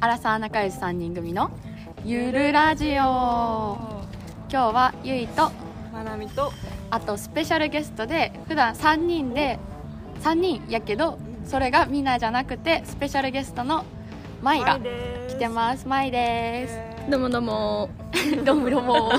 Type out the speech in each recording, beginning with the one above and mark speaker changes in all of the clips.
Speaker 1: アラサー仲良し3人組のゆるラジオ今日はゆいと
Speaker 2: まなみと
Speaker 1: あとスペシャルゲストで普段3人で3人やけどそれがみんなじゃなくてスペシャルゲストのマイが来
Speaker 2: 来
Speaker 1: てますマイですす
Speaker 3: どうもどうも
Speaker 1: どうもどう も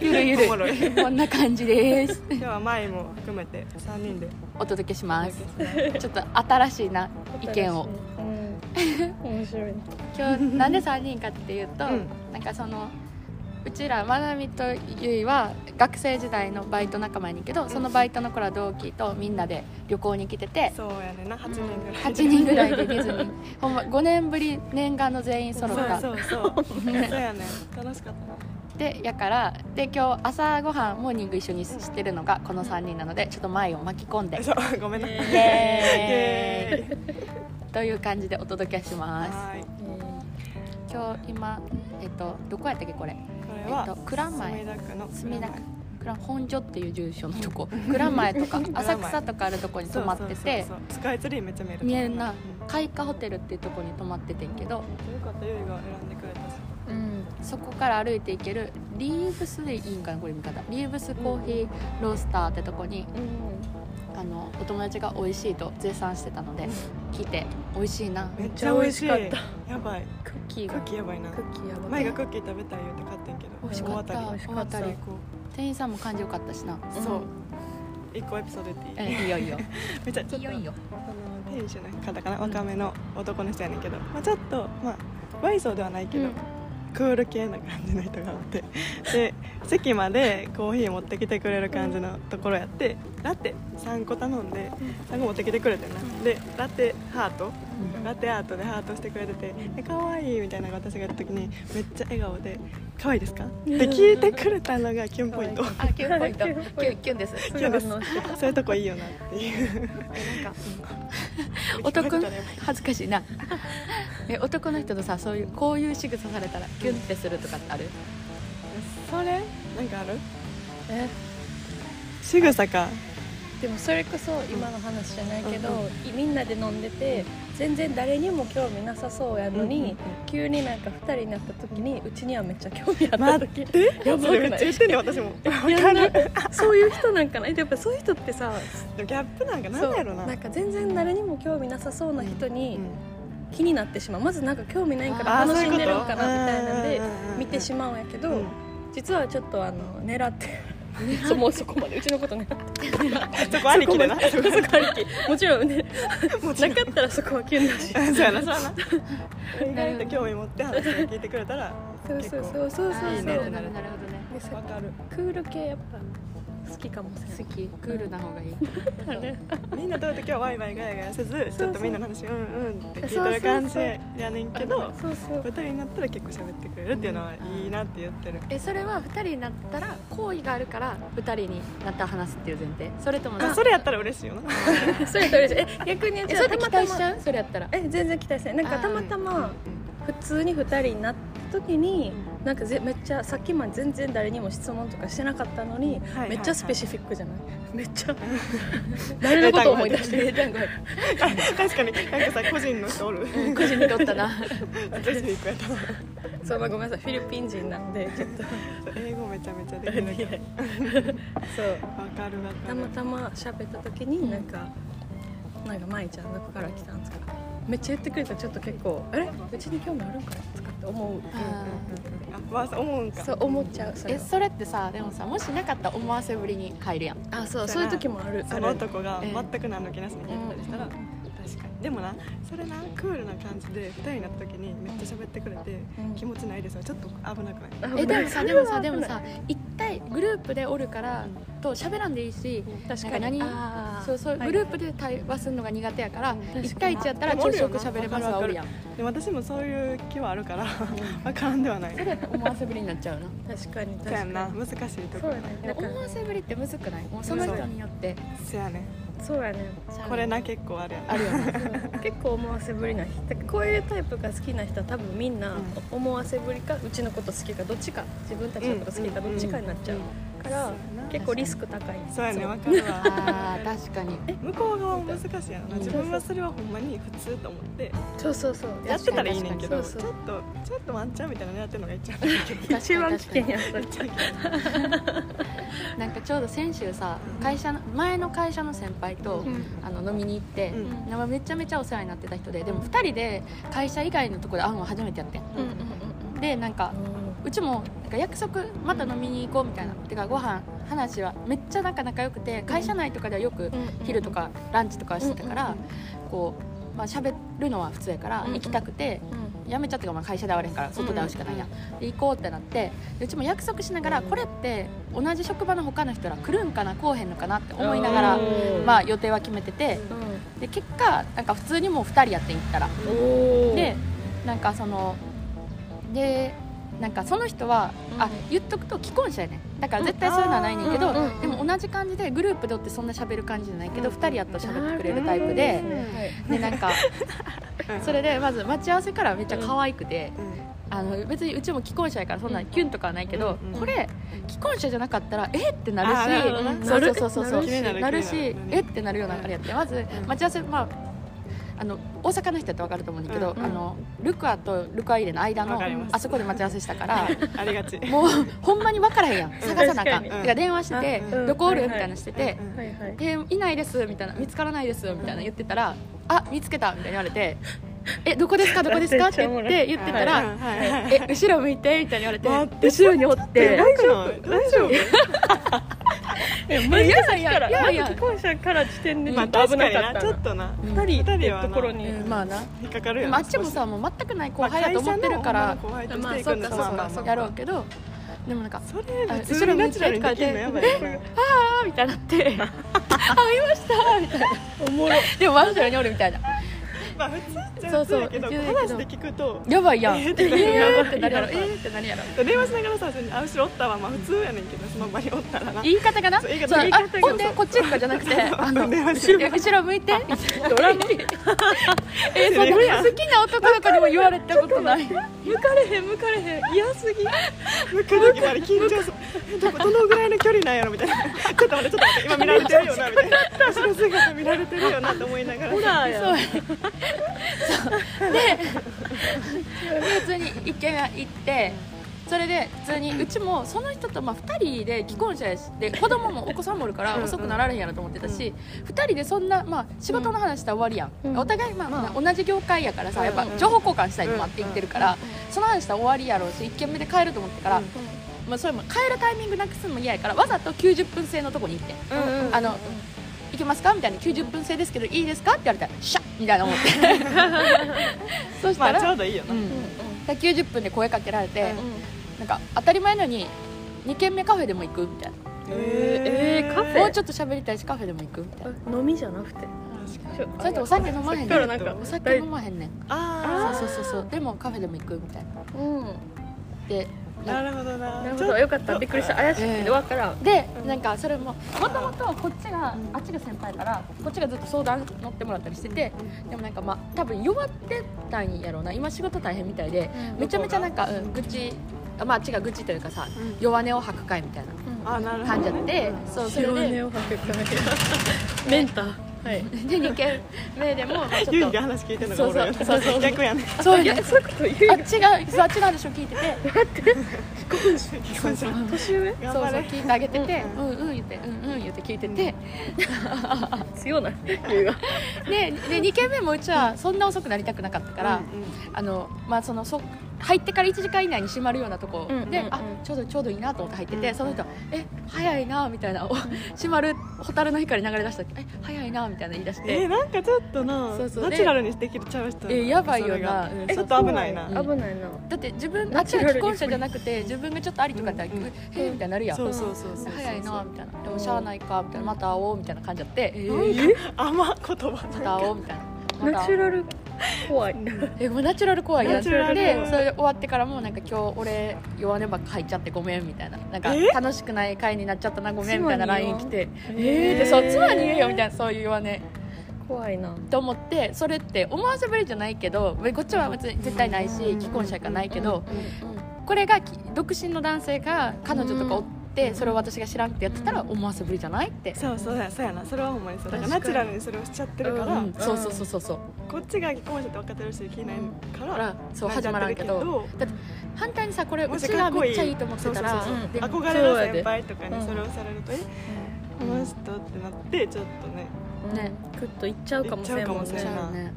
Speaker 1: ゆるゆ
Speaker 2: おもろい
Speaker 1: るこんな感じです
Speaker 2: 今日は舞も含めて三人で
Speaker 1: お届けし
Speaker 2: お
Speaker 1: ま
Speaker 2: 届
Speaker 1: す
Speaker 2: けします
Speaker 1: ちょっと新しいな意見を
Speaker 3: うん面白いね
Speaker 1: 今日なんで3人かっていうと、
Speaker 2: うん
Speaker 1: なんかそのうちらまなみとゆいは学生時代のバイト仲間やねんけどそのバイトの頃は同期とみんなで旅行に来てて
Speaker 2: そうやねんな八人ぐらい
Speaker 1: 8人ぐらいでディ ズニーほんま5年ぶり念願の全員揃った
Speaker 2: そうそうそうそうやねん楽しかったな
Speaker 1: でやからで今日朝ごはんモーニング一緒にしてるのがこの3人なのでちょっと前を巻き込んで
Speaker 2: そうごめんな
Speaker 1: イエ
Speaker 2: イエ
Speaker 1: ーイ
Speaker 2: ーイ
Speaker 1: という感じでお届けします
Speaker 2: はーい
Speaker 1: 今日今えっとどこやったっけこれ
Speaker 2: こ
Speaker 1: え
Speaker 2: れ
Speaker 1: っと
Speaker 2: は
Speaker 1: 蔵前
Speaker 2: 墨田区の
Speaker 1: 墨田区蔵本所っていう住所のとこ蔵前とか浅草とかあるとこに泊まってて
Speaker 2: そうそうそうスカイツリーめっちゃ見える
Speaker 1: 見えるな
Speaker 2: うん
Speaker 1: 開花ホテルっていうとこに泊まっててんけど
Speaker 2: よかったゆいが選んでくれたし
Speaker 3: うん
Speaker 1: そこから歩いていけるリーブスでいいんかなこれ見方リーブスコーヒーロースターってとこにあのお友達が美味しいと絶賛してたので来て美味しいな
Speaker 2: めっちゃ美味しい
Speaker 3: めっちゃ美味し
Speaker 2: やばい
Speaker 3: クッキー
Speaker 2: ク
Speaker 3: が
Speaker 2: ッキーやばいな
Speaker 3: クッキーやば
Speaker 2: 前が
Speaker 3: か
Speaker 2: ク
Speaker 3: っ
Speaker 2: ッキー食べたい言うて買ってんけど
Speaker 1: 美味しかった
Speaker 2: 大当たり
Speaker 1: 美味しかった
Speaker 2: 最高
Speaker 1: 店員さんも感じよかったしな
Speaker 3: うん
Speaker 2: そう一個エピソード言っていい
Speaker 1: えいいよいいよ
Speaker 2: めっちゃちょっと店主の方かな若めの男の人やねんけどまあちょっとまあワイソーではないけど
Speaker 1: うん
Speaker 2: クール系な感じの人がおってで席までコーヒー持ってきてくれる感じのところやってラテ3個頼んで3個持ってきてくれてんなでラテハートラテアートでハートしてくれてて「え可愛いみたいな私が言った時にめっちゃ笑顔で「可愛いですか?」って聞いてくれたのがキュンポイント
Speaker 1: あキュンポイントキュンキュンです
Speaker 3: た
Speaker 2: キュンです
Speaker 3: そういう反応して
Speaker 2: そういうとこいいよなっていう
Speaker 1: なんか男の恥ずかしいなえ男の人とさそういうこういう仕草されたらキュンってするとかってある
Speaker 2: それなんかある
Speaker 3: たえ
Speaker 2: 仕草か
Speaker 3: でもそれこそ今の話じゃないけど、いみんなで飲んでて全然誰にも興味なさそうやのに、
Speaker 2: うんうんうん
Speaker 3: 急になんか2人になった時にうちにはめっちゃ興味あった
Speaker 2: 待っ
Speaker 3: 時、
Speaker 2: て
Speaker 3: やば
Speaker 2: そ
Speaker 3: く
Speaker 2: れ
Speaker 3: な
Speaker 2: め
Speaker 3: い
Speaker 2: っちゃ言ってんねん私もわ
Speaker 3: や
Speaker 2: か
Speaker 3: んな
Speaker 2: る
Speaker 3: いそういう人なんかなでもやっぱそういう人ってさ
Speaker 2: でもギャップなんかなん
Speaker 3: そう
Speaker 2: だろうな
Speaker 3: なんか全然誰にも興味なさそうな人に
Speaker 2: うん
Speaker 3: 気になってしまうまずなんか興味ないから
Speaker 1: あー
Speaker 3: 楽しんでるん
Speaker 2: そうい
Speaker 3: か
Speaker 2: うこと
Speaker 3: なみたいなんで
Speaker 2: うんうんうんうん
Speaker 3: 見てしまうんやけど、
Speaker 2: うん
Speaker 3: 実はちょっとあの狙ってそうもうそこまでうちのこと狙って
Speaker 2: そこありきでな
Speaker 3: そこまでそこありきもちろんね
Speaker 2: もちろ
Speaker 3: なんかったら そこはキュンだし
Speaker 2: そうやなそうやな意外と興味持って話を聞いてくれたら
Speaker 3: そうそうそうそうそう
Speaker 1: あー
Speaker 3: そう
Speaker 2: なるほど
Speaker 1: なるほどね
Speaker 3: でそう
Speaker 2: わかる
Speaker 3: クール系やっぱ好きかもし
Speaker 1: 好きクールな方がいい
Speaker 3: れないね
Speaker 2: みんなとるときはワイワイガヤガヤせずちょっとみんなの話うんうんって聞いてる感じやねんけど
Speaker 3: そう そう
Speaker 2: 二人になったら結構喋ってくれるっていうのはいいなって言ってる
Speaker 1: えそれは2人になったら好意があるから2人になったら話すっていう前提それとも
Speaker 2: まあそれやったら嬉しいよな
Speaker 3: それと嬉しいえ逆に
Speaker 1: え
Speaker 3: じ
Speaker 1: そ
Speaker 3: ゃ
Speaker 1: れ
Speaker 3: あ
Speaker 1: って
Speaker 3: た
Speaker 1: 期
Speaker 3: ま
Speaker 1: 待したち
Speaker 3: ま
Speaker 1: ゃうそれやったら
Speaker 3: え全然期待してないなんかたまたま普通に2人になった時になんかぜめっちゃさっきまで全然誰にも質問とかしてなかったのに、
Speaker 2: はい
Speaker 3: めっちゃスペシフィックじゃない、 めっちゃ誰のことを思い出してる
Speaker 2: 確かになんかさ個人の人おる
Speaker 1: 個人にと ったな
Speaker 2: 私行くやった
Speaker 3: そう、まあ、ごめんなさいフィリピン人なんでちょっと
Speaker 2: 英語めちゃめちゃできないけど
Speaker 3: そう
Speaker 2: わかるわか
Speaker 3: たま
Speaker 2: る
Speaker 3: たま喋った時になんか、なんか舞ちゃんどこから来たんですかめっちゃ言ってくれたらちょっと結構あれうちに興味あるんかなとかって思う
Speaker 1: あ
Speaker 2: あわ思うんか
Speaker 3: そう思っちゃうそ
Speaker 1: ー
Speaker 3: れ
Speaker 1: え
Speaker 3: は
Speaker 1: それってさでもさもしなかったら思わせぶりに入るやん
Speaker 3: あそうそういう時もある
Speaker 2: その男が全く何の気なしに
Speaker 3: う
Speaker 2: 聞い
Speaker 3: ん
Speaker 2: たりしたら確かにでもなそれなクールな感じで二人になった時にめっちゃ喋ってくれて
Speaker 3: うん
Speaker 2: 気持ちないですよちょっと危なくない
Speaker 3: あ
Speaker 1: えでもさでもさでも
Speaker 3: 危な
Speaker 1: さ一体グループでおるからと喋らんでいいし
Speaker 3: 確
Speaker 1: なんか何
Speaker 3: あー
Speaker 1: そうそう
Speaker 3: はい
Speaker 1: グループで対話するのが苦手やから
Speaker 3: かに
Speaker 1: 一対一やったら朝食喋れますはおるやん
Speaker 2: でも私もそういう気はあるからわからんではない
Speaker 1: それって思わせぶりになっちゃうな
Speaker 3: 確かに
Speaker 2: そ
Speaker 3: 確
Speaker 2: う
Speaker 3: か
Speaker 2: や
Speaker 3: に
Speaker 2: んな難しいと
Speaker 3: そ
Speaker 2: こ
Speaker 3: うやね
Speaker 1: で
Speaker 3: なん
Speaker 1: も思
Speaker 3: か
Speaker 1: わせぶりってむずくないもうその人によって
Speaker 2: そやね
Speaker 3: そうやね
Speaker 2: これな結構あるやんあるよ
Speaker 3: 結構思わせぶりな人こういうタイプが好きな人は多分みん
Speaker 2: う
Speaker 3: な
Speaker 2: ん
Speaker 3: 思わせぶりかうちのこと好きかどっちか自分たちのこと好きかどっちかになっちゃうから結構リスク高い
Speaker 2: そうやねわ
Speaker 3: わ
Speaker 2: かるわ
Speaker 1: あー確かに
Speaker 2: 向こう側も難しいやろな
Speaker 1: うん
Speaker 2: 自分はそれはほんまに普通と思って
Speaker 3: そうそうそう
Speaker 2: やってたらいいねんけどち
Speaker 3: そ
Speaker 2: ょ
Speaker 3: う
Speaker 2: っ
Speaker 3: そ
Speaker 2: と
Speaker 3: う
Speaker 2: ちょっとワンチャンみたいなのやってるのが一番いけど
Speaker 3: 一番危険やそれ
Speaker 1: なんかちょうど先週さ
Speaker 2: うん
Speaker 1: 会社の前の会社の先輩と
Speaker 3: うん
Speaker 1: あの飲みに行って
Speaker 2: うん
Speaker 1: なんかめちゃめちゃお世話になってた人ででも2人で会社以外のところで会うの初めてやってん
Speaker 3: うんうん
Speaker 1: でなんか
Speaker 3: うん
Speaker 1: うちもなんか約束また飲みに行こうみたいなてかご飯話はめっちゃなんか仲良くて会社内とかではよく
Speaker 3: うん
Speaker 1: 昼とかランチとかしてたから
Speaker 3: う
Speaker 1: こうまあ喋るのは普通やから
Speaker 3: うん
Speaker 1: 行きたくて
Speaker 3: んうんうん
Speaker 1: やめちゃってかまあ会社で会われへんから外で会うしかないやで行こうってなってでうちも約束しながらこれって同じ職場の他の人ら来るんかな来おへんのかなって思いながら
Speaker 2: うん
Speaker 1: まあ予定は決めててで結果なんか普通にもう2人やって行ったら
Speaker 3: うんおー
Speaker 1: でなんかそのでなんかその人は、
Speaker 3: うん
Speaker 1: あ言っとくと既婚者やねだから絶対そういうのはないねんけど、
Speaker 3: うんうんうん
Speaker 1: でも同じ感じでグループでおってそんな喋る感じじゃないけど、
Speaker 2: うん
Speaker 1: 2人やったら喋ってくれるタイプで、
Speaker 3: はい
Speaker 1: でなん かそれでまず待ち合わせからめっちゃ可愛くて、あの別にうちも既婚者やからそんなキュンとかはないけど、
Speaker 2: うんうん
Speaker 1: これ既婚者じゃなかったらえってな
Speaker 2: あーなるほど
Speaker 1: る
Speaker 2: な
Speaker 1: しそうそうそうそう
Speaker 3: なる
Speaker 2: 気になる
Speaker 1: なる
Speaker 2: 気に
Speaker 1: し
Speaker 2: なる
Speaker 1: えってなるようなあれやってまず
Speaker 2: ん
Speaker 1: 待ち合わせまああの大阪の人やってわかると思うんだけど、
Speaker 2: うん
Speaker 3: うん
Speaker 1: あのルクアとルクアイレの間
Speaker 2: わ
Speaker 1: の
Speaker 2: かります
Speaker 1: あそこで待ち合わせしたから
Speaker 2: ありがち
Speaker 1: もうほんまに分からへんやん探さなあかん
Speaker 3: 確
Speaker 2: かに
Speaker 1: てか電話してて
Speaker 3: うん
Speaker 1: 「どこおる?」みたいなしてて
Speaker 2: うん
Speaker 3: はいはい
Speaker 1: 「えいないです」みたいな「見つからないです」みたいな言ってたら「あ見つけた」みたいに言われて「えどこですかどこですか?」って言って言ってた
Speaker 2: う
Speaker 1: ら
Speaker 2: んはいはい
Speaker 1: 「え後ろ向いて」みたいに言われ
Speaker 2: 待ってて
Speaker 1: 後ろにおって
Speaker 2: 大丈夫大丈夫
Speaker 3: えマジでさっきか
Speaker 1: いや
Speaker 3: ら
Speaker 1: いや
Speaker 3: まず既婚者から時点でち
Speaker 2: ま
Speaker 3: ょ
Speaker 2: あ
Speaker 3: っと
Speaker 2: 確か
Speaker 3: 危な
Speaker 2: に
Speaker 3: かっ
Speaker 2: な
Speaker 3: た
Speaker 2: ちょっとな
Speaker 1: うん
Speaker 3: 二人っていう
Speaker 2: 二人はな
Speaker 3: ところに
Speaker 1: うんまあな
Speaker 2: 引っかか
Speaker 1: で
Speaker 2: るよ
Speaker 1: も
Speaker 2: な
Speaker 1: あっちもさもう全くない後輩やと思ってるから
Speaker 2: まあ会社の女の後輩としていくんだ
Speaker 3: まあ
Speaker 2: まあまあ
Speaker 3: そうかそ
Speaker 2: ま
Speaker 3: うか
Speaker 2: あ
Speaker 1: やろうけどでもなんか
Speaker 2: それ
Speaker 1: あ
Speaker 2: 普通にナチュラルにできるのやばいよ
Speaker 1: あーみたいにな って会いましたみたいな
Speaker 3: おもろ
Speaker 1: でも真後ろにおるみたいな
Speaker 2: まあ普通っちゃ普通やけど
Speaker 1: そうそう
Speaker 2: 話で聞くと
Speaker 1: やばいやん
Speaker 2: え
Speaker 1: え
Speaker 2: ー
Speaker 1: ー
Speaker 2: っ
Speaker 1: っててな
Speaker 2: なる
Speaker 1: るやろえーってなるやろ
Speaker 2: 電話しながらさ「あ後ろおったわ」まあ普通やねんけどその場におったらな
Speaker 1: 言い方がな
Speaker 2: そう言い方
Speaker 1: そう
Speaker 2: 言い
Speaker 1: あ
Speaker 2: 方が
Speaker 1: ほんで
Speaker 2: そう
Speaker 1: こっちとかじゃなくてあの
Speaker 2: 電話し
Speaker 1: 後
Speaker 2: て
Speaker 1: ろ後ろ向いてドラムえ
Speaker 2: それや
Speaker 1: そ
Speaker 2: ん
Speaker 1: れ好きな男の子にも言われたことない
Speaker 3: 向かれへん向かれへん嫌すぎ
Speaker 2: 向く時まで緊張するえどこどのぐらいの距離なんやろみたいなちょっと待ってちょっと待って今見られてるよなみたいな後ろ姿見られてるよなと思いながら
Speaker 3: ホラーや
Speaker 1: そうそうで普通に一軒家行ってそれで普通にうちもその人とまあ2人で既婚者やしで子供もお子さんもおるか
Speaker 2: うんう
Speaker 1: ら
Speaker 2: ん
Speaker 1: 遅くなられへんやろと思ってたし2人でそんなまあ仕事の話したら終わりやん、
Speaker 3: うん
Speaker 1: お互いまあ、
Speaker 3: ま
Speaker 1: 同じ業界やからさやっぱ
Speaker 2: うんうん
Speaker 1: 情報交換したいと待って言ってるから、その話したら終わりやろうし1軒目で帰ると思ってから、
Speaker 2: うん
Speaker 1: まあ、それも帰るタイミングなくすのも嫌やからわざと90分制のとこに行ってん
Speaker 2: うんうん
Speaker 1: あの行けますかみたいな90分制ですけどいいですかって言われたらシャッみたいな思ってそした
Speaker 2: まあ
Speaker 1: ら,、
Speaker 2: ちょうどいいよな、
Speaker 1: うん、だから90分で声かけられて、
Speaker 2: うん
Speaker 1: なんか当たり前のように2軒目カフェでも行くみたいな、
Speaker 3: えーえーカフェ
Speaker 1: もうちょっと喋りたいしカフェでも行くみたいな、
Speaker 3: 飲みじゃなくてちょ
Speaker 1: それってお酒飲まへんね
Speaker 3: さっきからなんか
Speaker 1: んお酒飲まへんねんそ
Speaker 2: あ
Speaker 1: うそうそうそうでもカフェでも行くみたいな
Speaker 3: うん
Speaker 1: で
Speaker 2: あなるほどな
Speaker 3: なるほどよかったびっくりした怪しく
Speaker 1: えー
Speaker 3: てわからん
Speaker 1: でなんかそれももともとこっちがあっちが先輩やからこっちがずっと相談乗ってもらったりしててでもなんかまあ多分弱ってたんやろうな今仕事大変みたいでめちゃめちゃなんか、うん、愚痴あまああっちが愚痴というかさ
Speaker 2: うん
Speaker 1: 弱音を吐く会みたいな
Speaker 2: あなるほ
Speaker 1: 感じ
Speaker 2: ど
Speaker 1: やってそうそれ
Speaker 3: 白
Speaker 1: で
Speaker 3: 根を吐くかけメンターはい
Speaker 1: で2軒目でもまあち
Speaker 2: ゆ
Speaker 1: ょ
Speaker 2: い
Speaker 1: っと
Speaker 2: が話聞いてるのがおるよ
Speaker 1: そうそうそうそう
Speaker 2: 逆やね
Speaker 1: そうや
Speaker 3: い
Speaker 1: ね
Speaker 3: やそういうこと言
Speaker 1: あ
Speaker 3: う
Speaker 1: っちがそうあっちの話を聞いてて
Speaker 2: 結婚者
Speaker 3: 年上
Speaker 2: 頑
Speaker 1: そう
Speaker 2: 張
Speaker 1: そう
Speaker 2: れ
Speaker 1: 聞いてあげててうんうん言ってうんうん言って聞いてて
Speaker 3: 強ない言うが
Speaker 1: でで2軒目もうちはそんな遅くなりたくなかったから、あのまあそのそ入ってから1時間以内に閉まるようなとこで、
Speaker 3: うんうんうん
Speaker 1: あちょうどちょうどいいなと思って入ってて、
Speaker 2: うん
Speaker 1: その人「え早いな」みたいなお閉まる蛍の光流れ出した時え早いな」みたいな言い出し
Speaker 2: えー、
Speaker 1: て
Speaker 2: なんかちょっとな
Speaker 1: そうそう
Speaker 2: ナチュラルにできるちゃう
Speaker 1: 「
Speaker 2: 人
Speaker 1: えやばいよ
Speaker 2: それが
Speaker 1: な」うん
Speaker 2: え
Speaker 1: そう
Speaker 2: ちょっと危ないな
Speaker 3: そう危ないな
Speaker 1: だって自分あ
Speaker 3: ナ
Speaker 1: っ
Speaker 3: チ
Speaker 1: ち
Speaker 3: ュ
Speaker 1: が
Speaker 3: ラルに
Speaker 1: 既婚者じゃなくて自分がちょっとありとかだった
Speaker 2: うん
Speaker 1: ら「えみたいになるやん
Speaker 2: そうそうそうそう
Speaker 1: 早いな」みたいな「でもしゃあないか」みたいな「また会おう」みたいな感じやって「えー
Speaker 2: 甘言葉
Speaker 1: また会おう」みたいな。また
Speaker 3: ナチュラル怖い
Speaker 1: えもうナチュラル怖いや
Speaker 2: ナ
Speaker 1: ん
Speaker 2: チュラル怖い
Speaker 1: でそれで終わってからもなんか今日俺弱音ばっか入っちゃってごめんみたいななんか
Speaker 2: え
Speaker 1: 楽しくない会になっちゃったなごめんみたいな
Speaker 3: 妻に
Speaker 1: LINE
Speaker 3: 言わ
Speaker 1: 来
Speaker 3: ん
Speaker 1: て
Speaker 3: え
Speaker 1: えー、でそう妻に言えよみたいなそういう弱音
Speaker 3: 怖いな
Speaker 1: と思ってそれって思わせぶりじゃないけどこっちは別に絶対ないし既婚者がないけどこれがき独身の男性が彼女とかおっってそれを私が知らんってやってたら
Speaker 3: うん
Speaker 1: 思わせぶりじゃないって、
Speaker 2: そうそうやそうやなそれはほんまにそうだからナ
Speaker 3: 確
Speaker 2: チュ
Speaker 3: かに
Speaker 2: ラルにそれをしちゃってるか
Speaker 1: う
Speaker 2: ら、
Speaker 1: ん、そうそうそうそうそう
Speaker 2: こっちが既婚者って分かってるし気ないか
Speaker 1: だ
Speaker 2: ら、
Speaker 1: からそう
Speaker 2: なっち
Speaker 1: 始
Speaker 2: ゃ
Speaker 1: ま
Speaker 2: って
Speaker 1: ら
Speaker 2: る
Speaker 1: んけど
Speaker 3: だ
Speaker 1: だ
Speaker 3: っ
Speaker 1: ってて反対にさこれ
Speaker 2: も
Speaker 1: う
Speaker 2: し
Speaker 1: ち
Speaker 2: かっ
Speaker 1: が
Speaker 2: こいい
Speaker 1: めっちゃいいと思ってたら
Speaker 2: そう
Speaker 3: そうそう
Speaker 1: うんでも
Speaker 2: 憧れの先輩とかにそれをされると、えこの人ってなってちょっとね
Speaker 1: ね
Speaker 3: クッといっちゃうかもしれんもん
Speaker 2: 行っちゃうかも
Speaker 1: そ
Speaker 2: しれんな
Speaker 3: ね
Speaker 1: うね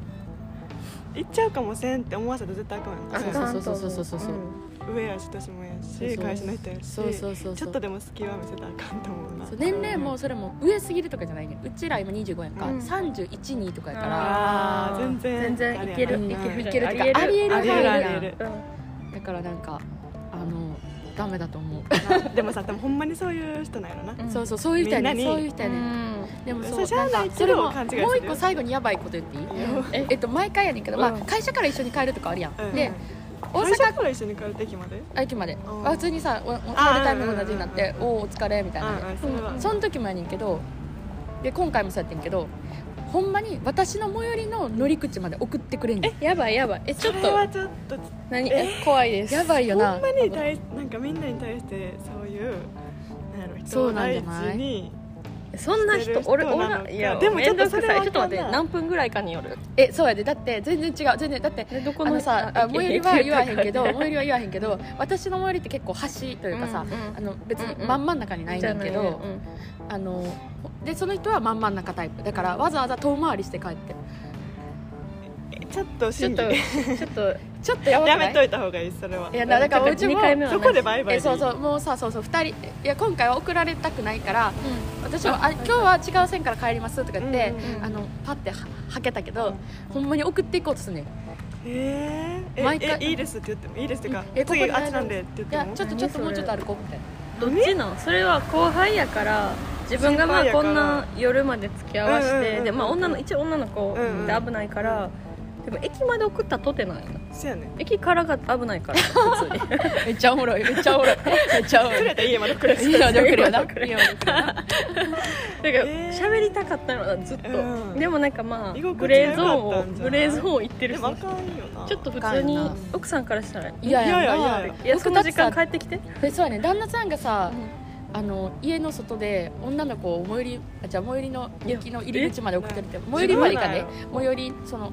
Speaker 2: 行っちゃうかもせんって思わせたら絶対あかん
Speaker 1: あ
Speaker 2: や
Speaker 1: か
Speaker 2: ん
Speaker 1: ん
Speaker 2: そう
Speaker 1: そうそうそうそうそう
Speaker 2: 上やし年もや
Speaker 1: そう
Speaker 2: し
Speaker 1: そう
Speaker 2: 会社の人やし
Speaker 1: そうそうそう
Speaker 2: ち
Speaker 1: そ
Speaker 2: ょっ
Speaker 1: う
Speaker 2: とでも隙は見せたらあかんと思うな
Speaker 1: そう年齢もそれも上すぎるとかじゃないねうちら今25やんか、
Speaker 3: うん
Speaker 1: 312とかやから
Speaker 2: あー全然
Speaker 3: 全然いける
Speaker 1: うん
Speaker 3: いける
Speaker 1: いけるって
Speaker 3: あり
Speaker 1: い
Speaker 3: え
Speaker 1: う
Speaker 3: る
Speaker 1: かありえる
Speaker 2: ありえるありえる
Speaker 1: だからなんかあのダメだと思う、
Speaker 2: でもさでもほんまにそういう人なんやろな
Speaker 3: うん
Speaker 1: そうそうそういう人やね
Speaker 2: みんなに
Speaker 1: そういう人やね、でも
Speaker 2: そ
Speaker 1: そ
Speaker 2: れし
Speaker 1: う
Speaker 2: ゃあ
Speaker 1: な
Speaker 2: ない
Speaker 1: んか
Speaker 2: け
Speaker 1: それ
Speaker 2: ど
Speaker 1: もも
Speaker 2: 勘違いする
Speaker 1: う一個最後にやばいこと言っていい
Speaker 2: いやうん
Speaker 3: え
Speaker 1: えっと毎回やねんけど、
Speaker 3: う
Speaker 1: ま
Speaker 3: ん
Speaker 1: あ、会社から一緒に帰るとかあるやん、
Speaker 2: うん
Speaker 1: で大
Speaker 2: 会社
Speaker 1: 阪
Speaker 2: から一緒に帰る時まで
Speaker 1: 駅まで、
Speaker 2: うん
Speaker 1: あ普通にさおお帰るタイムが同じになって「おおお疲れ」みたいな、
Speaker 2: うんうんそれは
Speaker 1: その時もやねんけどで今回もそうやってんけどほんまに私の最寄りの乗り口まで送ってくれんねん
Speaker 3: やばいやばいえちょっ
Speaker 2: それは
Speaker 3: と
Speaker 2: ちょっとほ
Speaker 3: 何え怖いです
Speaker 1: やばいよなん
Speaker 2: まに対なんかみんなに対してそういうなんやろ人
Speaker 1: そ
Speaker 2: を
Speaker 1: うなん
Speaker 2: 第
Speaker 1: じ
Speaker 2: 一
Speaker 1: ゃない
Speaker 2: に
Speaker 3: そんな
Speaker 2: してる
Speaker 3: 人
Speaker 2: 人
Speaker 3: 俺
Speaker 2: なのか
Speaker 3: 俺いや
Speaker 2: でもちょっと
Speaker 3: 面倒く
Speaker 2: それ
Speaker 3: さ
Speaker 2: はい
Speaker 3: ちょっと待っ
Speaker 2: わか
Speaker 3: て
Speaker 2: んない
Speaker 3: 何分ぐらいかによる
Speaker 1: えそうやでだって全然違う全然だって
Speaker 3: でどこ
Speaker 1: あのさあ最寄りは言わへんけど最寄りは言わへんけど私の最寄りって結構橋と
Speaker 3: と
Speaker 1: いうかさ、あの別
Speaker 3: うんう
Speaker 1: に
Speaker 3: ん
Speaker 1: 真ん真ん中にないねんけど、あのでその人は真ん真ん中タイプだからわざわざ遠回りして帰って
Speaker 2: ちょっと
Speaker 3: ちょ
Speaker 2: 信
Speaker 3: っと
Speaker 2: じて
Speaker 3: ちょっ と
Speaker 1: ちょっとやばくな
Speaker 2: や
Speaker 1: い
Speaker 2: めといた方がいいそれはい
Speaker 1: やだからうちも
Speaker 3: 2回目は
Speaker 2: そこでバイバ
Speaker 1: え
Speaker 2: イでいい
Speaker 1: そうそうもうさそうそう2人いや今回は送られたくないから私もあ今日は違う線から帰りますとか言って、
Speaker 2: うんうん
Speaker 3: うん
Speaker 1: あのパッてははけたけど、ほんまに送っていこうとすんねん
Speaker 2: えーえ
Speaker 1: 毎回
Speaker 2: えいいですって言ってもいいですっていうか
Speaker 1: うんえここ
Speaker 2: 次
Speaker 1: にある
Speaker 2: あっちなんでって言っ
Speaker 1: い
Speaker 2: て
Speaker 1: や
Speaker 2: も
Speaker 1: ちょっと
Speaker 3: 何
Speaker 1: ちょっと
Speaker 3: それ
Speaker 1: もうちょっと歩こうみたいな
Speaker 3: どっちなんそれは後輩やから自分がまあ
Speaker 2: 先輩やか
Speaker 3: こ
Speaker 2: ら
Speaker 3: んな夜まで付き合わせて、
Speaker 2: うんうんうんうん
Speaker 3: でまあ女の一応女の子
Speaker 2: うんうん
Speaker 3: で危ないから、でも駅まで送ったとてないな
Speaker 2: そうやね
Speaker 3: 駅からが危ないから普通に
Speaker 1: めっちゃおもろいめっちゃおもろ いめっちゃおもろ
Speaker 2: それ
Speaker 1: い
Speaker 2: やったら家まで来る
Speaker 1: いいよで送るよな
Speaker 3: 送る
Speaker 1: いいよで送るよな
Speaker 3: だから喋りたかったのずっと、
Speaker 2: うん
Speaker 3: でもなんかまあ
Speaker 2: 居心地
Speaker 3: グレーゾーン
Speaker 2: が良か
Speaker 3: を
Speaker 2: ったんじゃな
Speaker 3: グ
Speaker 2: い
Speaker 3: レーゾーンを行ってる
Speaker 2: で
Speaker 3: し
Speaker 2: もあかんよな
Speaker 3: ちょっと普通
Speaker 1: あ
Speaker 3: に
Speaker 1: かんよな
Speaker 3: 奥さんからしたらい
Speaker 1: 嫌や
Speaker 2: いやいや
Speaker 1: ない
Speaker 2: や
Speaker 3: やその時間
Speaker 1: 僕だ
Speaker 3: 帰
Speaker 1: っ
Speaker 3: ってきて、
Speaker 1: てさえそうやね旦那さんがさ、
Speaker 3: うん
Speaker 1: あの家の外で女の子を最寄りあじゃあ最寄りの駅の入り口まで送ってるって最寄りまでかね最寄りそのの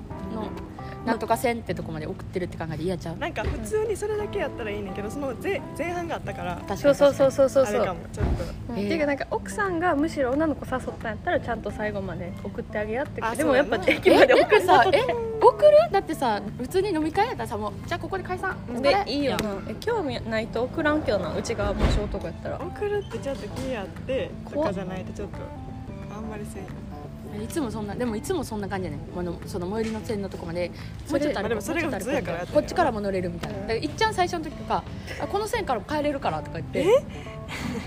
Speaker 1: なんとか線ってとこまで送ってるって考えで嫌ちゃう
Speaker 2: なんか普通にそれだけやったらいいねんけどその前前半があったから
Speaker 1: 確か
Speaker 3: そう
Speaker 1: に
Speaker 3: そうそう
Speaker 1: 確
Speaker 3: そうそう
Speaker 2: あ
Speaker 3: そ
Speaker 2: れ
Speaker 3: う
Speaker 2: かもちょっと
Speaker 3: うん
Speaker 1: えー
Speaker 3: ていうかなんか奥さんがむしろ女の子誘ったんやったらちゃんと最後まで送ってあげやって
Speaker 2: あ
Speaker 3: でもやっぱ
Speaker 2: そうやな
Speaker 1: か
Speaker 3: 駅
Speaker 1: に
Speaker 3: ま
Speaker 1: え
Speaker 3: で
Speaker 1: で
Speaker 3: 送
Speaker 1: も
Speaker 3: った
Speaker 1: さ
Speaker 3: と
Speaker 1: え送るだってさ普通に飲み会やったらさもうじゃあここで解散お疲
Speaker 3: で
Speaker 1: れ
Speaker 3: いいよなえ興味ないと送らんけどなうちがもし男やったら
Speaker 2: 送るってちょっと気合ってとかじゃないとちょっとあんまりせん
Speaker 1: いつもそんなでもいつもそんな感じやねんあのその最寄りの線のとこまで
Speaker 2: それ
Speaker 1: もうちょっと歩こう
Speaker 2: まあでもそれが普通やからやってんやろ
Speaker 1: こっちからも乗れるみたいな
Speaker 3: うん
Speaker 1: だからいっちゃん最初の時とかあこの線からも帰れるからとか言って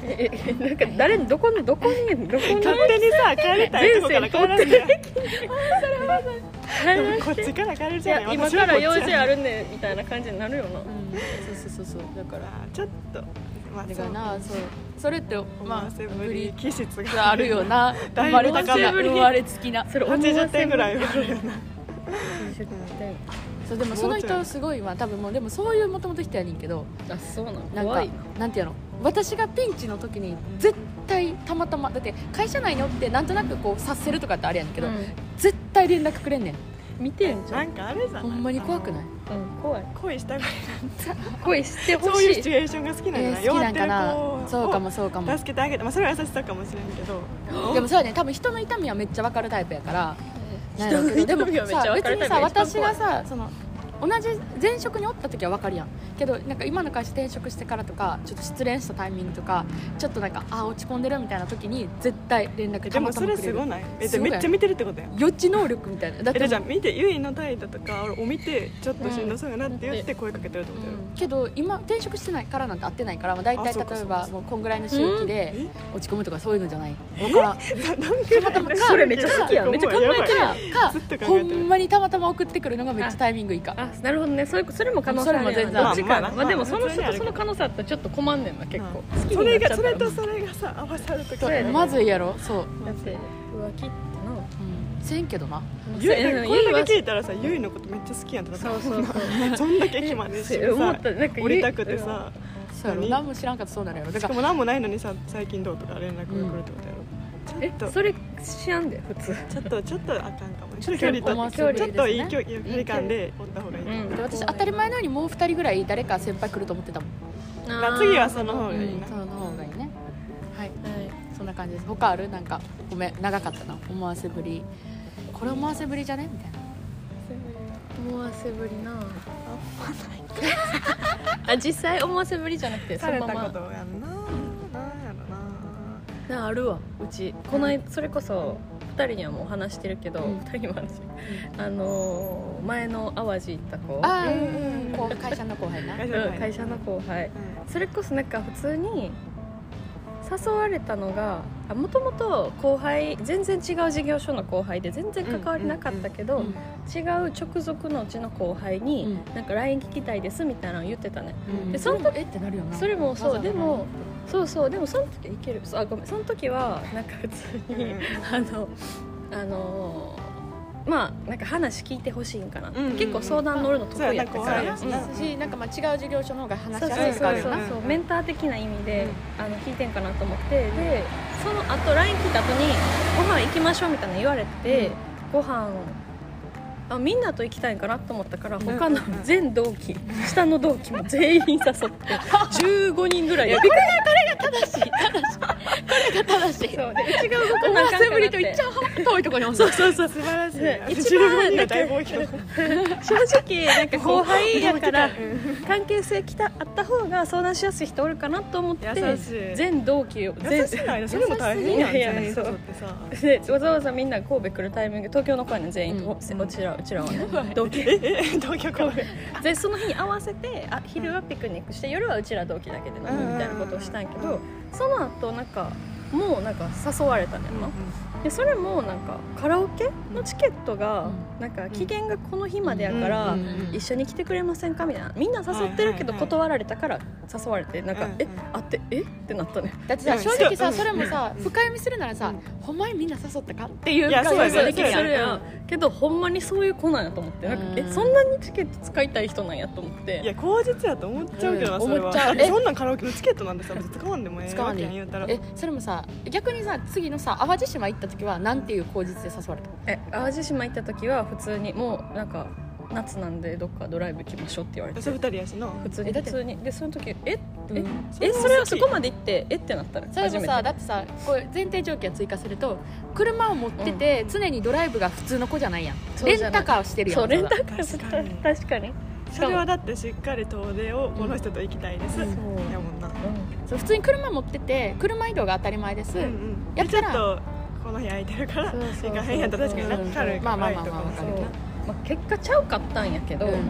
Speaker 3: ええなんか誰にどこにどこにどこ に
Speaker 2: 勝手にさ帰りたいとこから帰られる やんで
Speaker 3: い
Speaker 2: もこっちから帰れるじゃ
Speaker 3: や
Speaker 2: ない
Speaker 3: 今
Speaker 2: 私
Speaker 3: か
Speaker 2: はこ
Speaker 3: ら
Speaker 2: っち
Speaker 3: 用
Speaker 2: や
Speaker 3: 事あるねみたいな感じになるよな
Speaker 1: うんそうそうそうそうだから
Speaker 2: あちょっとまあ
Speaker 1: だから
Speaker 2: そう
Speaker 1: なそうそれって
Speaker 2: ま
Speaker 1: ま
Speaker 2: あ
Speaker 1: あ
Speaker 2: セ
Speaker 1: ブ
Speaker 2: ぶ
Speaker 1: リ
Speaker 2: り
Speaker 1: ー
Speaker 2: 気質
Speaker 1: キ
Speaker 2: が
Speaker 1: があるよ な
Speaker 2: だ
Speaker 1: 生
Speaker 2: いぶ
Speaker 1: まれつき
Speaker 2: 高
Speaker 1: ない生まれつきな
Speaker 3: それ
Speaker 2: 80点ぐらい
Speaker 3: 思
Speaker 2: はあるよな
Speaker 3: せん80点
Speaker 1: そうでもその
Speaker 2: もうちょ
Speaker 1: 人
Speaker 2: い
Speaker 1: すごいわ多分もうでもそういうもともと人やねんけど
Speaker 3: あそうなの
Speaker 1: なん
Speaker 3: 怖
Speaker 1: か
Speaker 3: いな
Speaker 1: なんていうの私がピンチの時に絶対たまたまだって会社内におってなんとなくこう察せるとかってあれやねんけど、
Speaker 3: うん
Speaker 1: 絶対連絡くれんねん
Speaker 3: 見てんじゃ
Speaker 2: なんんかあれじゃない
Speaker 1: ほんまに怖くない
Speaker 3: うん怖い
Speaker 2: 恋したがり
Speaker 3: 恋してほ
Speaker 2: そう
Speaker 3: し
Speaker 2: いう
Speaker 3: い
Speaker 2: シチュエーションが好きなんじ
Speaker 1: え
Speaker 2: ゃない、
Speaker 1: ー好きなんか
Speaker 2: 弱って
Speaker 1: な
Speaker 2: る子を
Speaker 1: そうかもそうかも
Speaker 2: 助けてあげて、まあ、それは優しさかもしれんけど
Speaker 1: でもそうやね多分人の痛みはめっちゃ分かるタイプや からなんやろうけど
Speaker 3: 人の痛みはめっちゃ分かるタイ
Speaker 1: で
Speaker 3: プ
Speaker 1: もさ別にさ私がさその同じ前職におった時は分かるやんけどなんか今の会社転職してからとかちょっと失恋したタイミングとかちょっとなんかあ落ち込んでるみたいな時に絶対連絡
Speaker 2: で
Speaker 1: た
Speaker 2: も
Speaker 1: また
Speaker 2: そ
Speaker 1: ま
Speaker 2: れ
Speaker 1: くれ
Speaker 2: す
Speaker 1: る
Speaker 2: ごないえ
Speaker 1: すごい
Speaker 2: めっちゃ見てるってことやん
Speaker 1: 予知能力みたいなだって
Speaker 2: えじゃあ見てゆいの態度とかを見てちょっとしんどそうやなって言って声かけてるってことやろ、
Speaker 1: けど今転職してないからなんて会ってないから、まあ、大
Speaker 2: あ
Speaker 1: 体
Speaker 2: そうか
Speaker 1: 例え
Speaker 2: そうか
Speaker 1: ば
Speaker 2: そう
Speaker 1: もうこんぐらいの周期で
Speaker 2: え
Speaker 1: 落ち込むとかそういうのじゃない分からん
Speaker 2: たまたま
Speaker 3: それめっちゃ好きやんめっちゃ考えてるやん
Speaker 1: か
Speaker 2: ずっと考えてる
Speaker 1: ほんまにたまたま送ってくるのがめっちゃタイミングいいか
Speaker 3: あなるほどねそういうそれも可能性あ
Speaker 1: そ
Speaker 3: る
Speaker 1: れ
Speaker 3: や
Speaker 1: も全
Speaker 3: ん
Speaker 1: 然
Speaker 3: ど
Speaker 1: あ
Speaker 3: っ
Speaker 1: る
Speaker 3: ちか
Speaker 2: まあまあまあ
Speaker 3: なまあでもその
Speaker 2: 普
Speaker 3: 人
Speaker 2: 通にあ
Speaker 3: と
Speaker 2: る
Speaker 3: そ
Speaker 2: けど
Speaker 3: の可能性あったらちょっと困んねんな結構好き
Speaker 2: そ
Speaker 3: に
Speaker 2: れ
Speaker 3: なっちゃ
Speaker 2: が
Speaker 3: った
Speaker 2: そ
Speaker 3: ら
Speaker 2: れとそれがさ合わさると
Speaker 3: そ
Speaker 2: か
Speaker 3: うやね
Speaker 1: まずいやろそう、
Speaker 3: だって浮気ってな
Speaker 1: うん、せんけどな
Speaker 2: ゆいなんかこれだけ聞
Speaker 3: い
Speaker 2: いたらさゆい のことめっちゃ好きやんってなった
Speaker 3: そうそうそ う
Speaker 2: そんだけ暇でして
Speaker 3: 思っ
Speaker 2: さ
Speaker 3: たなんか
Speaker 2: 降りたくてさ
Speaker 1: そうやろ
Speaker 2: 何
Speaker 1: 何も知らんかったらそうなるやろだ
Speaker 2: し
Speaker 1: か
Speaker 2: からも何もないのにさ最近どうとか連絡が来るってことやろ、
Speaker 3: え
Speaker 2: ちょっと
Speaker 3: それ知らんで普通
Speaker 2: ちょっとちょっとあかんかもね
Speaker 1: ち
Speaker 2: 距
Speaker 1: ょっと
Speaker 2: 離
Speaker 1: 思わ
Speaker 2: と
Speaker 1: せ
Speaker 2: ち
Speaker 1: ぶ
Speaker 2: ょ
Speaker 1: りですね
Speaker 2: っといい距離距離感でおった方がいいと思う、
Speaker 3: うん
Speaker 1: で私当たり前のようにもう2人ぐらい誰か先輩来ると思ってたもん
Speaker 2: まあ、次はその方がいいな、
Speaker 1: その方がいいねはい
Speaker 3: はい
Speaker 1: そんな感じです他あるなんかごめん長かったな思わせぶりこれ思わせぶりじゃねみたいな
Speaker 3: 思わせぶりな あ実際思わせぶりじゃなくてそ
Speaker 2: され
Speaker 3: の
Speaker 2: た
Speaker 3: ま
Speaker 2: こ
Speaker 3: ま
Speaker 2: とやんななんやろな
Speaker 3: なあるわうちこの間それこそ2人にはもう話してるけど、
Speaker 1: うん
Speaker 3: 2人にも話してる、あのー前の淡路行った子
Speaker 1: ああう
Speaker 2: うん
Speaker 1: んうんこう会社の後輩な
Speaker 2: 会社の
Speaker 3: うん
Speaker 2: 会
Speaker 3: 会
Speaker 2: 社
Speaker 3: 社の後輩それこそなんか普通に誘われたのがもともと後輩全然違う事業所の後輩で全然関わりなかったけど、
Speaker 1: うん
Speaker 3: 違う直属のうちの後輩に「なんか LINE 聞きたいです」みたいなの言ってたね
Speaker 1: うん
Speaker 3: でその時
Speaker 1: えってなるよな
Speaker 3: それもそ
Speaker 1: わざ
Speaker 3: う
Speaker 1: わざ
Speaker 3: でもそうそうでもその時はいけるそうあごめんその時はなんか普通に、あのあのーまあなんか話聞いてほしいんかな、
Speaker 2: んうん
Speaker 3: 結構相談乗るの得意やった
Speaker 1: そう
Speaker 3: か
Speaker 2: そう
Speaker 3: ら、
Speaker 1: や
Speaker 2: や
Speaker 1: な
Speaker 2: な後輩や
Speaker 1: うんしなんかまあ違う事業所の方が
Speaker 3: そうそうそう
Speaker 1: 話しやすくあるよな
Speaker 2: そうそうそう
Speaker 3: メンター的な意味で、あの聞いてんかなと思ってでその後 LINE 来た後に「ご飯行きましょう」みたいなの言われて、ご飯あみんなと行きたいんかなと思ったから
Speaker 2: ん
Speaker 3: 他の
Speaker 2: うん
Speaker 3: 全同期下の同期も全員誘って15人ぐらいでこれが
Speaker 1: 正しい
Speaker 3: そうでうちが動か
Speaker 1: 思
Speaker 3: なあ
Speaker 1: わ
Speaker 3: かんか
Speaker 1: せ
Speaker 3: な
Speaker 1: ぶりと言っちゃ遠いところにおんの
Speaker 3: そうそうそう
Speaker 2: 素晴らしいな
Speaker 3: 一番
Speaker 2: 15人が大暴挙
Speaker 3: 正直なんか後輩やから
Speaker 2: うん
Speaker 3: 関係性きたあった方が相談しやすい人おるかなと思って
Speaker 2: 優しい
Speaker 3: 全同期を全
Speaker 2: 優しいなそれも大変やん全員誘っ
Speaker 3: 優しい
Speaker 2: てさ
Speaker 3: でわざわざみんな神戸来るタイミング東京の子やねん全員と、
Speaker 1: うん
Speaker 3: うちらうちら はね同 期
Speaker 2: ええ同居か
Speaker 3: でその日に合わせてあ昼はピクニックして夜はうちら同期だけで飲むみたいなことをしたんやけど、その後なんかもうなんか誘われたんやな、でそれもなんかカラオケのチケットが
Speaker 1: う
Speaker 3: なんか期限がこの日までやから、
Speaker 1: うんうんうん
Speaker 3: 一緒に来てくれませんかみたいなみんな誘ってるけ
Speaker 2: はいはい
Speaker 3: ど
Speaker 2: はい
Speaker 3: 断られたから誘われてなんか、
Speaker 2: うんうん
Speaker 3: えあってえってなったね
Speaker 1: だってさ
Speaker 2: うん
Speaker 1: 正直
Speaker 2: う
Speaker 1: さ
Speaker 2: ん
Speaker 1: それもさ
Speaker 2: うん
Speaker 1: 深読みするならさ
Speaker 2: う
Speaker 1: ほんまにみんな誘ったかっていう
Speaker 2: いや
Speaker 1: 感想
Speaker 2: そう
Speaker 1: で
Speaker 2: やね
Speaker 1: きるや
Speaker 2: そ
Speaker 1: ん
Speaker 2: うやね
Speaker 3: けどほんまにそういう子なんやと思ってなんか
Speaker 1: うん
Speaker 3: えそんなにチケット使いたい人なんやと思っ
Speaker 2: い
Speaker 3: て
Speaker 2: や口実やと思っちゃうけどな
Speaker 1: うん
Speaker 2: それ
Speaker 1: 思っ
Speaker 2: は
Speaker 1: ちゃう
Speaker 2: だって
Speaker 1: え
Speaker 2: そんなんカラオケのチケットなんてさ別に使わんでもええ
Speaker 1: 使わ
Speaker 2: わ
Speaker 1: ん
Speaker 2: け
Speaker 1: で
Speaker 2: やん言うたら
Speaker 1: えそれもさ逆にさ次のさ淡路島行った時はなんていう口実で誘われた
Speaker 3: え淡路島行った時は普通にもうなんか夏なんでどっかドライブ行きましょうって言われて
Speaker 2: それ二人やしな
Speaker 3: 普通
Speaker 1: え
Speaker 3: に
Speaker 1: だ
Speaker 3: 普
Speaker 1: って
Speaker 3: 通にでその時え
Speaker 1: の
Speaker 3: ええそれはそこまで行ってえってなったの
Speaker 1: それも
Speaker 3: 初め
Speaker 1: さ
Speaker 3: て
Speaker 1: だってさこう前提条件追加すると車を持ってて、常にドライブが普通の子じゃないやん
Speaker 3: そう
Speaker 1: レ
Speaker 3: じゃな
Speaker 1: ン
Speaker 3: い
Speaker 1: タカーをしてるやん
Speaker 3: そうレンタ
Speaker 1: カ
Speaker 3: カー
Speaker 2: 確かに
Speaker 3: 確かに
Speaker 2: それはだってしっかり遠出をこの人と行きたいです
Speaker 3: そう
Speaker 2: やもんな
Speaker 1: ーそう普通に車持ってて車移動が当たり前です、
Speaker 2: うんう
Speaker 1: や
Speaker 2: ん
Speaker 1: っ
Speaker 2: ちょ
Speaker 1: た
Speaker 2: っ
Speaker 1: ら
Speaker 2: とこの日空いてるから
Speaker 3: そうそうそう
Speaker 2: 行かへんやったら確かにな
Speaker 1: うん
Speaker 2: 軽い
Speaker 1: まあまあまあまあ
Speaker 2: 軽いとかも
Speaker 1: わか
Speaker 3: そう
Speaker 1: るな
Speaker 3: まあ結果ちゃうかったんやけど、
Speaker 1: うん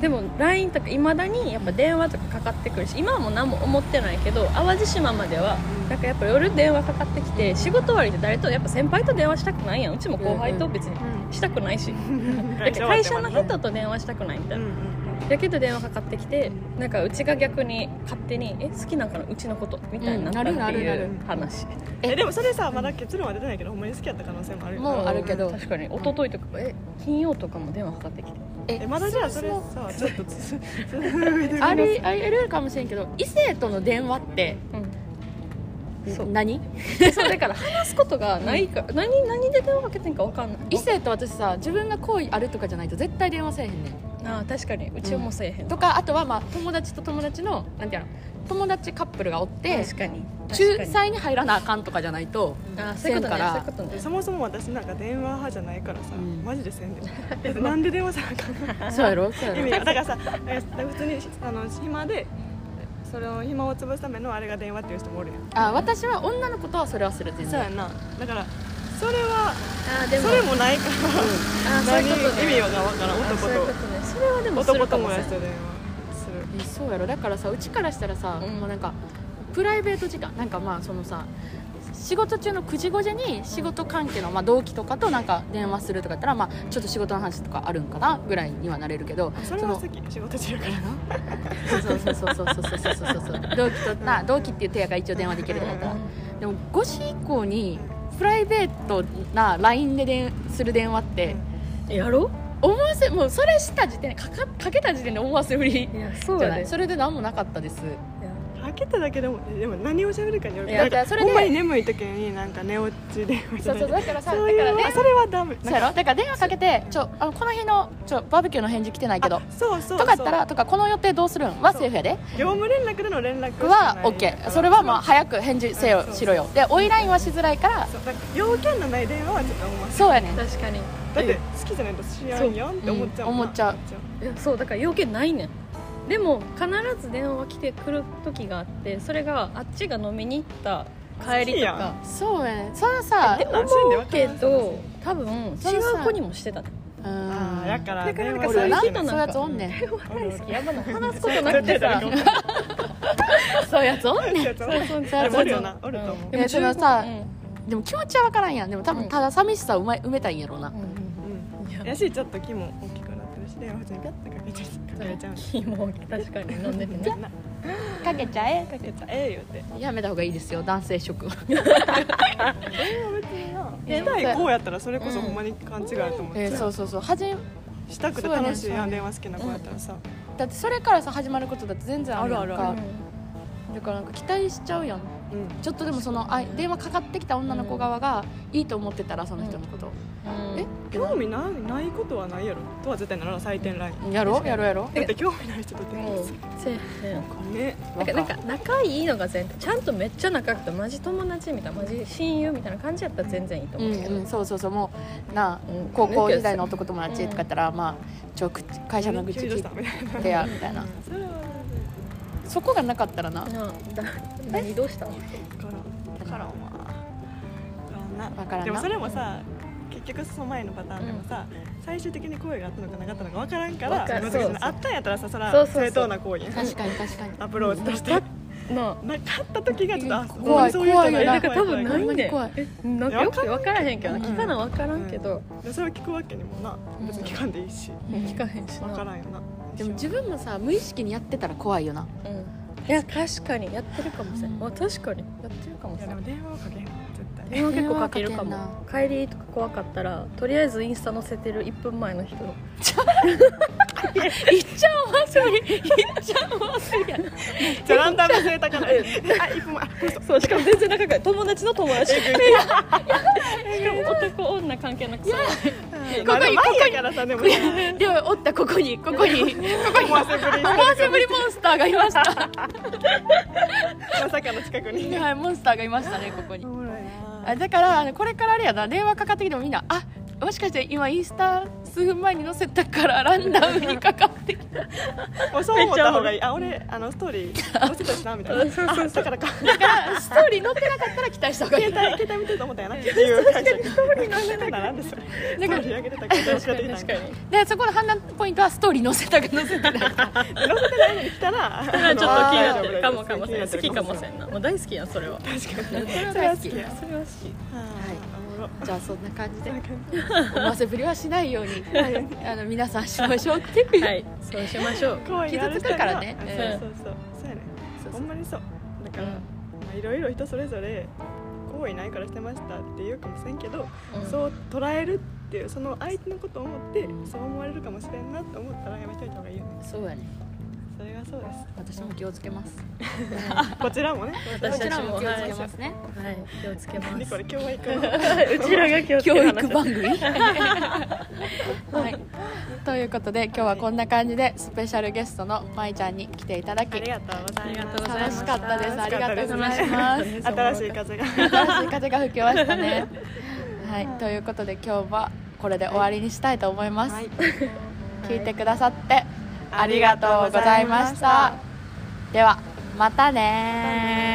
Speaker 3: でも LINE とかいまだにやっぱ電話とかかかってくるし今はもう何も思ってないけど淡路島まではなんかやっぱ夜電話かかってきて仕事終わりで誰とやっぱ先輩と電話したくないやんうちも後輩と別にしたくないし、だから会社の人と電話したくないみたいな、だけど電話かかってきてなんかうちが逆に勝手にえ好きなんかなうちのことみたいになったって
Speaker 1: うんなる
Speaker 3: い
Speaker 1: なる
Speaker 3: う話、
Speaker 2: えでもそれさまだ結論は出てないけどほんまに好きやった可能性もあるよな
Speaker 1: もうあるけど
Speaker 3: 確かに一昨日とかえ金曜とかも電話かかってきて
Speaker 2: えまだじゃあそれ
Speaker 1: も
Speaker 2: さちょっとつつ続い てみます
Speaker 1: ありあり得るかもしれんけど異性との電話って
Speaker 3: うんそう
Speaker 1: 何
Speaker 3: そうだから話すことがないから、何何で電話かけてんか分かんない
Speaker 1: 異性と私さ自分が好意あるとかじゃないと絶対電話せえへんねん
Speaker 3: ああ確かにうちもせえへん、
Speaker 1: とかあとはまあ友達と友達のなんていうの友達カップルがおって
Speaker 3: 確かに
Speaker 1: 仲裁に入らなあかんとかじゃないと
Speaker 3: ああそういうこと
Speaker 1: せんか
Speaker 3: ね
Speaker 1: ら
Speaker 3: そういうことね
Speaker 2: そもそも私なんか電話派じゃないからさ、
Speaker 1: うん
Speaker 2: マジでせんで なんで電話さなあかんの
Speaker 1: そうやろそうや
Speaker 2: 意
Speaker 1: ろ
Speaker 2: 味がだからさだから普通にあの暇でその暇を潰すためのあれが電話っていう人もおるやん
Speaker 1: あ私は女の子とはそれはする全
Speaker 2: そう
Speaker 1: 然
Speaker 2: やんなだからそれは
Speaker 3: ああでも
Speaker 2: それもないから
Speaker 3: ああそう
Speaker 2: 何
Speaker 3: いうことね
Speaker 2: 意味がわからん
Speaker 3: ああそういう
Speaker 2: 男
Speaker 3: こととねそれはでもす
Speaker 2: 男
Speaker 3: るかも
Speaker 2: 友
Speaker 3: しれ
Speaker 2: 達
Speaker 3: ない
Speaker 2: と電話する
Speaker 1: えそうやろだからさうちからしたらさ、
Speaker 3: うん
Speaker 1: もうなんかプライベート時間なんかまあそのさ仕事中の9時5時に仕事関係の、まあ、同期とかとなんか電話するとかやったら、まあ、ちょっと仕事の話とかあるんかなぐらいにはなれるけど
Speaker 2: それは
Speaker 1: そ
Speaker 2: 好
Speaker 1: の
Speaker 2: き仕事中やか
Speaker 1: そ
Speaker 2: ら
Speaker 1: うそうそうそうそうそうそうそうそう同期とな同期っていう手やから一応電話できるとかやったらでも5時以降にプライベートな LINE ででんする電話って
Speaker 3: うんやろ
Speaker 1: 思わせもうそれした時点でかかかけた時点で思わせぶり
Speaker 3: いやそう
Speaker 1: じゃ
Speaker 3: や
Speaker 1: ない
Speaker 3: で
Speaker 1: それで何もなかったです
Speaker 3: いや
Speaker 2: 開けただけでもえでも何を喋るかによる
Speaker 3: いや
Speaker 2: なん
Speaker 1: だから
Speaker 2: か
Speaker 1: それで
Speaker 2: ほんまに眠い時になんか寝落ちで
Speaker 1: そうそうだからさだ
Speaker 2: そ
Speaker 1: か
Speaker 2: ういう
Speaker 1: ら
Speaker 2: のは
Speaker 1: ね
Speaker 2: それはダメ
Speaker 1: そうやろだから電話かけてちょあのこの日のちょバーベキューの返事来てないけど
Speaker 2: あそうそうそう
Speaker 1: とかやったらとかこの予定どうするんはセーフやで
Speaker 2: 業務連絡での連絡
Speaker 1: は OK それはまあ早く返事せよしろよでオイラインはしづらいから
Speaker 2: そうなんか要件のない電話はちょっと思わ
Speaker 1: そうやねん
Speaker 3: 確かに
Speaker 2: だって好きじゃないと知らんやんって思っちゃう
Speaker 1: うん思
Speaker 2: もんな
Speaker 1: っちゃう
Speaker 3: いやそうだから要件ないねんでも必ず電話来てくる時があってそれがあっちが飲みに行った帰りとか
Speaker 1: そうやねんそれはさ
Speaker 3: で
Speaker 2: ん
Speaker 3: 思うけど多分違
Speaker 1: それさ
Speaker 3: う子にもしてたね
Speaker 1: う
Speaker 2: ああだからら
Speaker 3: だからなんか
Speaker 1: そういう
Speaker 3: そういう
Speaker 1: 人
Speaker 3: 人な
Speaker 1: なんん
Speaker 3: か
Speaker 1: そういうやつおんね ん
Speaker 3: 大好きやばな話す
Speaker 2: そう
Speaker 3: こと
Speaker 2: や
Speaker 3: なくてさ
Speaker 1: そういうやつおんねん
Speaker 2: そう
Speaker 1: そう
Speaker 2: おるよなおると思
Speaker 1: いやそのさ
Speaker 3: うん
Speaker 1: でも気持ちは分からんやんでも多
Speaker 3: うん
Speaker 1: 分ただ寂しさを埋め埋めたいんやろうな、
Speaker 2: ううん
Speaker 3: うんいや
Speaker 2: やしちょっと木も大きくなってるし電話普通にピャッてかけちゃうかけちゃう
Speaker 3: キモい確かに飲んでてね
Speaker 2: んな
Speaker 1: かけちゃえ
Speaker 2: かけちゃえ言うて
Speaker 1: やめた方がいいですよ男性諸君え
Speaker 2: 電話別になしたいこうやったらそれこそほんまに勘違いと思っ
Speaker 1: え
Speaker 2: て
Speaker 1: ーそうそうそうはじめ
Speaker 2: したくて楽し
Speaker 1: そ
Speaker 2: いや
Speaker 1: うやねんそうやね
Speaker 2: ん
Speaker 1: ん
Speaker 2: 電話好きな子やったらさ
Speaker 1: だってそれからさ始まることだって全然あるやんか
Speaker 2: あるあ
Speaker 1: だからなんか期待しちゃうやん
Speaker 2: うん
Speaker 1: ちょっとでもそのあ電話かかってきた女の子側がいいと思ってたらその人のこと、
Speaker 3: うん
Speaker 1: え
Speaker 2: 興味ないないことはないやろとは絶対なら採点ライン
Speaker 1: やろやろやろ
Speaker 2: だって興味ない人と電
Speaker 3: も
Speaker 2: 話
Speaker 3: う
Speaker 2: する
Speaker 3: せやねん
Speaker 2: ね
Speaker 3: なんかなんか仲いいのが全然ちゃんとめっちゃ仲良くてマジ友達みたいなマジ親友みたいな感じやったら全然いいと
Speaker 1: う
Speaker 3: 思
Speaker 1: ん
Speaker 3: うけど、
Speaker 1: うんそうそうそうもうなあ
Speaker 3: うん
Speaker 1: 高校時代の男友達とかやったら、まあちょ口会社の愚痴聞
Speaker 2: し
Speaker 1: い
Speaker 2: たみたいな
Speaker 1: てやみたいな
Speaker 2: それは
Speaker 1: そこがなかったらな
Speaker 3: なだ何どうしたの
Speaker 2: 分からんわ
Speaker 1: わ
Speaker 2: 分
Speaker 1: からんな
Speaker 2: でもそれもさ結局その前のパターンでもさ、最終的に行為があったのかなかったのか分からんから
Speaker 3: わかる
Speaker 2: 難しい
Speaker 3: そうそう
Speaker 2: あったんやったらさそれ
Speaker 3: そう
Speaker 2: は
Speaker 3: そうそう
Speaker 2: 正当な行為やん
Speaker 1: 確かに確かに
Speaker 2: アプローチとして
Speaker 3: う
Speaker 2: なん
Speaker 3: な
Speaker 2: かった時がちょっとあ
Speaker 1: 怖い
Speaker 2: そういう人が
Speaker 1: 怖いよな
Speaker 2: る
Speaker 3: だから多分ないねん
Speaker 1: 怖い
Speaker 3: えなんかよく分からへんけどな
Speaker 1: うん
Speaker 3: 聞かな分からんけど、
Speaker 2: でそれを聞くわけにもな別に聞かんでいいし、
Speaker 1: うん
Speaker 3: 聞かへんし
Speaker 2: 分か
Speaker 3: な、
Speaker 2: らんよな
Speaker 1: でも自分もさ無意識にやってたら怖いよな
Speaker 3: うん、いや確かにやってるかもしれん、
Speaker 1: うん
Speaker 3: あ確かにやってるかも
Speaker 2: い
Speaker 3: し
Speaker 2: や
Speaker 3: れ
Speaker 2: で
Speaker 3: ん
Speaker 2: も電話をかけへんわ絶対
Speaker 3: 電話結構かけるか
Speaker 1: 電話
Speaker 3: も帰りとか怖かったらとりあえずインスタ載せてる1分前の人
Speaker 1: いっちゃお忘れいっちゃお忘れや
Speaker 2: じゃあランダム性高ないあ1分前あこの人
Speaker 3: そうしかも全然仲がいい友達の友達しかも男女関係なくさ
Speaker 2: ここに前やからさでもね
Speaker 1: でもおったここにここに
Speaker 2: 思わせぶりに
Speaker 1: 思わせぶりモンスターがいました
Speaker 2: まさかの近くに
Speaker 1: はいモンスターがいましたねここに
Speaker 2: おもろい
Speaker 1: あだからあのこれからあれやな電話かかってきてもみんなあもしかして今インスタ数分前に載せたからランダムにかか ってきた
Speaker 2: もうそう思った方がいいあ俺あのストーリー載せたしなみたいなあだからか
Speaker 1: だからストーリー載ってなかったら期待した方がい
Speaker 2: 携
Speaker 1: い
Speaker 2: 帯携帯見てると思ったよなっていう感じストーリー載せたらなんですよスト
Speaker 1: だか
Speaker 2: ー
Speaker 1: ら
Speaker 2: リー上げてた携帯しかできない
Speaker 3: 確かに
Speaker 1: でそこの判断ポイントはストーリー載せたか載せてないか
Speaker 2: 載せてないのに来たら
Speaker 3: それはちょっと気になってる
Speaker 2: あ
Speaker 3: か
Speaker 2: の
Speaker 3: もかもしれん好きかもしれ
Speaker 2: ん
Speaker 3: んなもう大好きやんそれは
Speaker 2: 確かに
Speaker 1: そ
Speaker 2: そ
Speaker 1: れ
Speaker 2: れ
Speaker 1: は
Speaker 2: は
Speaker 1: 好
Speaker 2: 好
Speaker 1: き
Speaker 2: き
Speaker 1: や
Speaker 2: や
Speaker 3: それは好き
Speaker 2: はいおもろ
Speaker 1: じゃあそんな感じで
Speaker 2: なんか
Speaker 1: 思わせぶりはしないようにあの皆さんしましょうっていう
Speaker 3: はい、そうしましょう。
Speaker 2: 怖いな
Speaker 1: 傷つくからね
Speaker 2: うんそうそうそうそうやね
Speaker 1: そう
Speaker 2: ほ
Speaker 1: そ
Speaker 2: ん
Speaker 1: う
Speaker 2: まにそうだから、まあ、いろいろ人それぞれ行為ないからしてましたって言うかもしれんけど、
Speaker 3: う
Speaker 2: そう捉えるっていうその相手のことを思ってそう思われるかもしれんなと思ったらやめといた方がいいよね
Speaker 1: そうやね
Speaker 2: それがそうです
Speaker 1: 私も気をつけます
Speaker 2: こちらもね
Speaker 3: 私たちも
Speaker 1: こちら気をつけますね
Speaker 3: はい、気をつけま
Speaker 2: 何こ
Speaker 3: す。
Speaker 2: れ今日は行く
Speaker 3: うちらが気を
Speaker 1: 教育番組はいということで今日はこんな感じでスペシャルゲストのまいちゃんに来ていただき
Speaker 2: ありがとうござい
Speaker 3: ありが
Speaker 2: ま
Speaker 3: とうござい
Speaker 1: 楽
Speaker 3: ま
Speaker 1: し
Speaker 3: す
Speaker 1: かったですありがとうござい
Speaker 3: 楽しかっ
Speaker 1: ま
Speaker 3: た
Speaker 1: す
Speaker 3: です
Speaker 2: 新しい風が
Speaker 1: 新しい風が吹きましたねはいということで今日はこれで終わりにしたいと思います、
Speaker 2: はい
Speaker 1: 聞いてくださってありがとうございましたではまたねー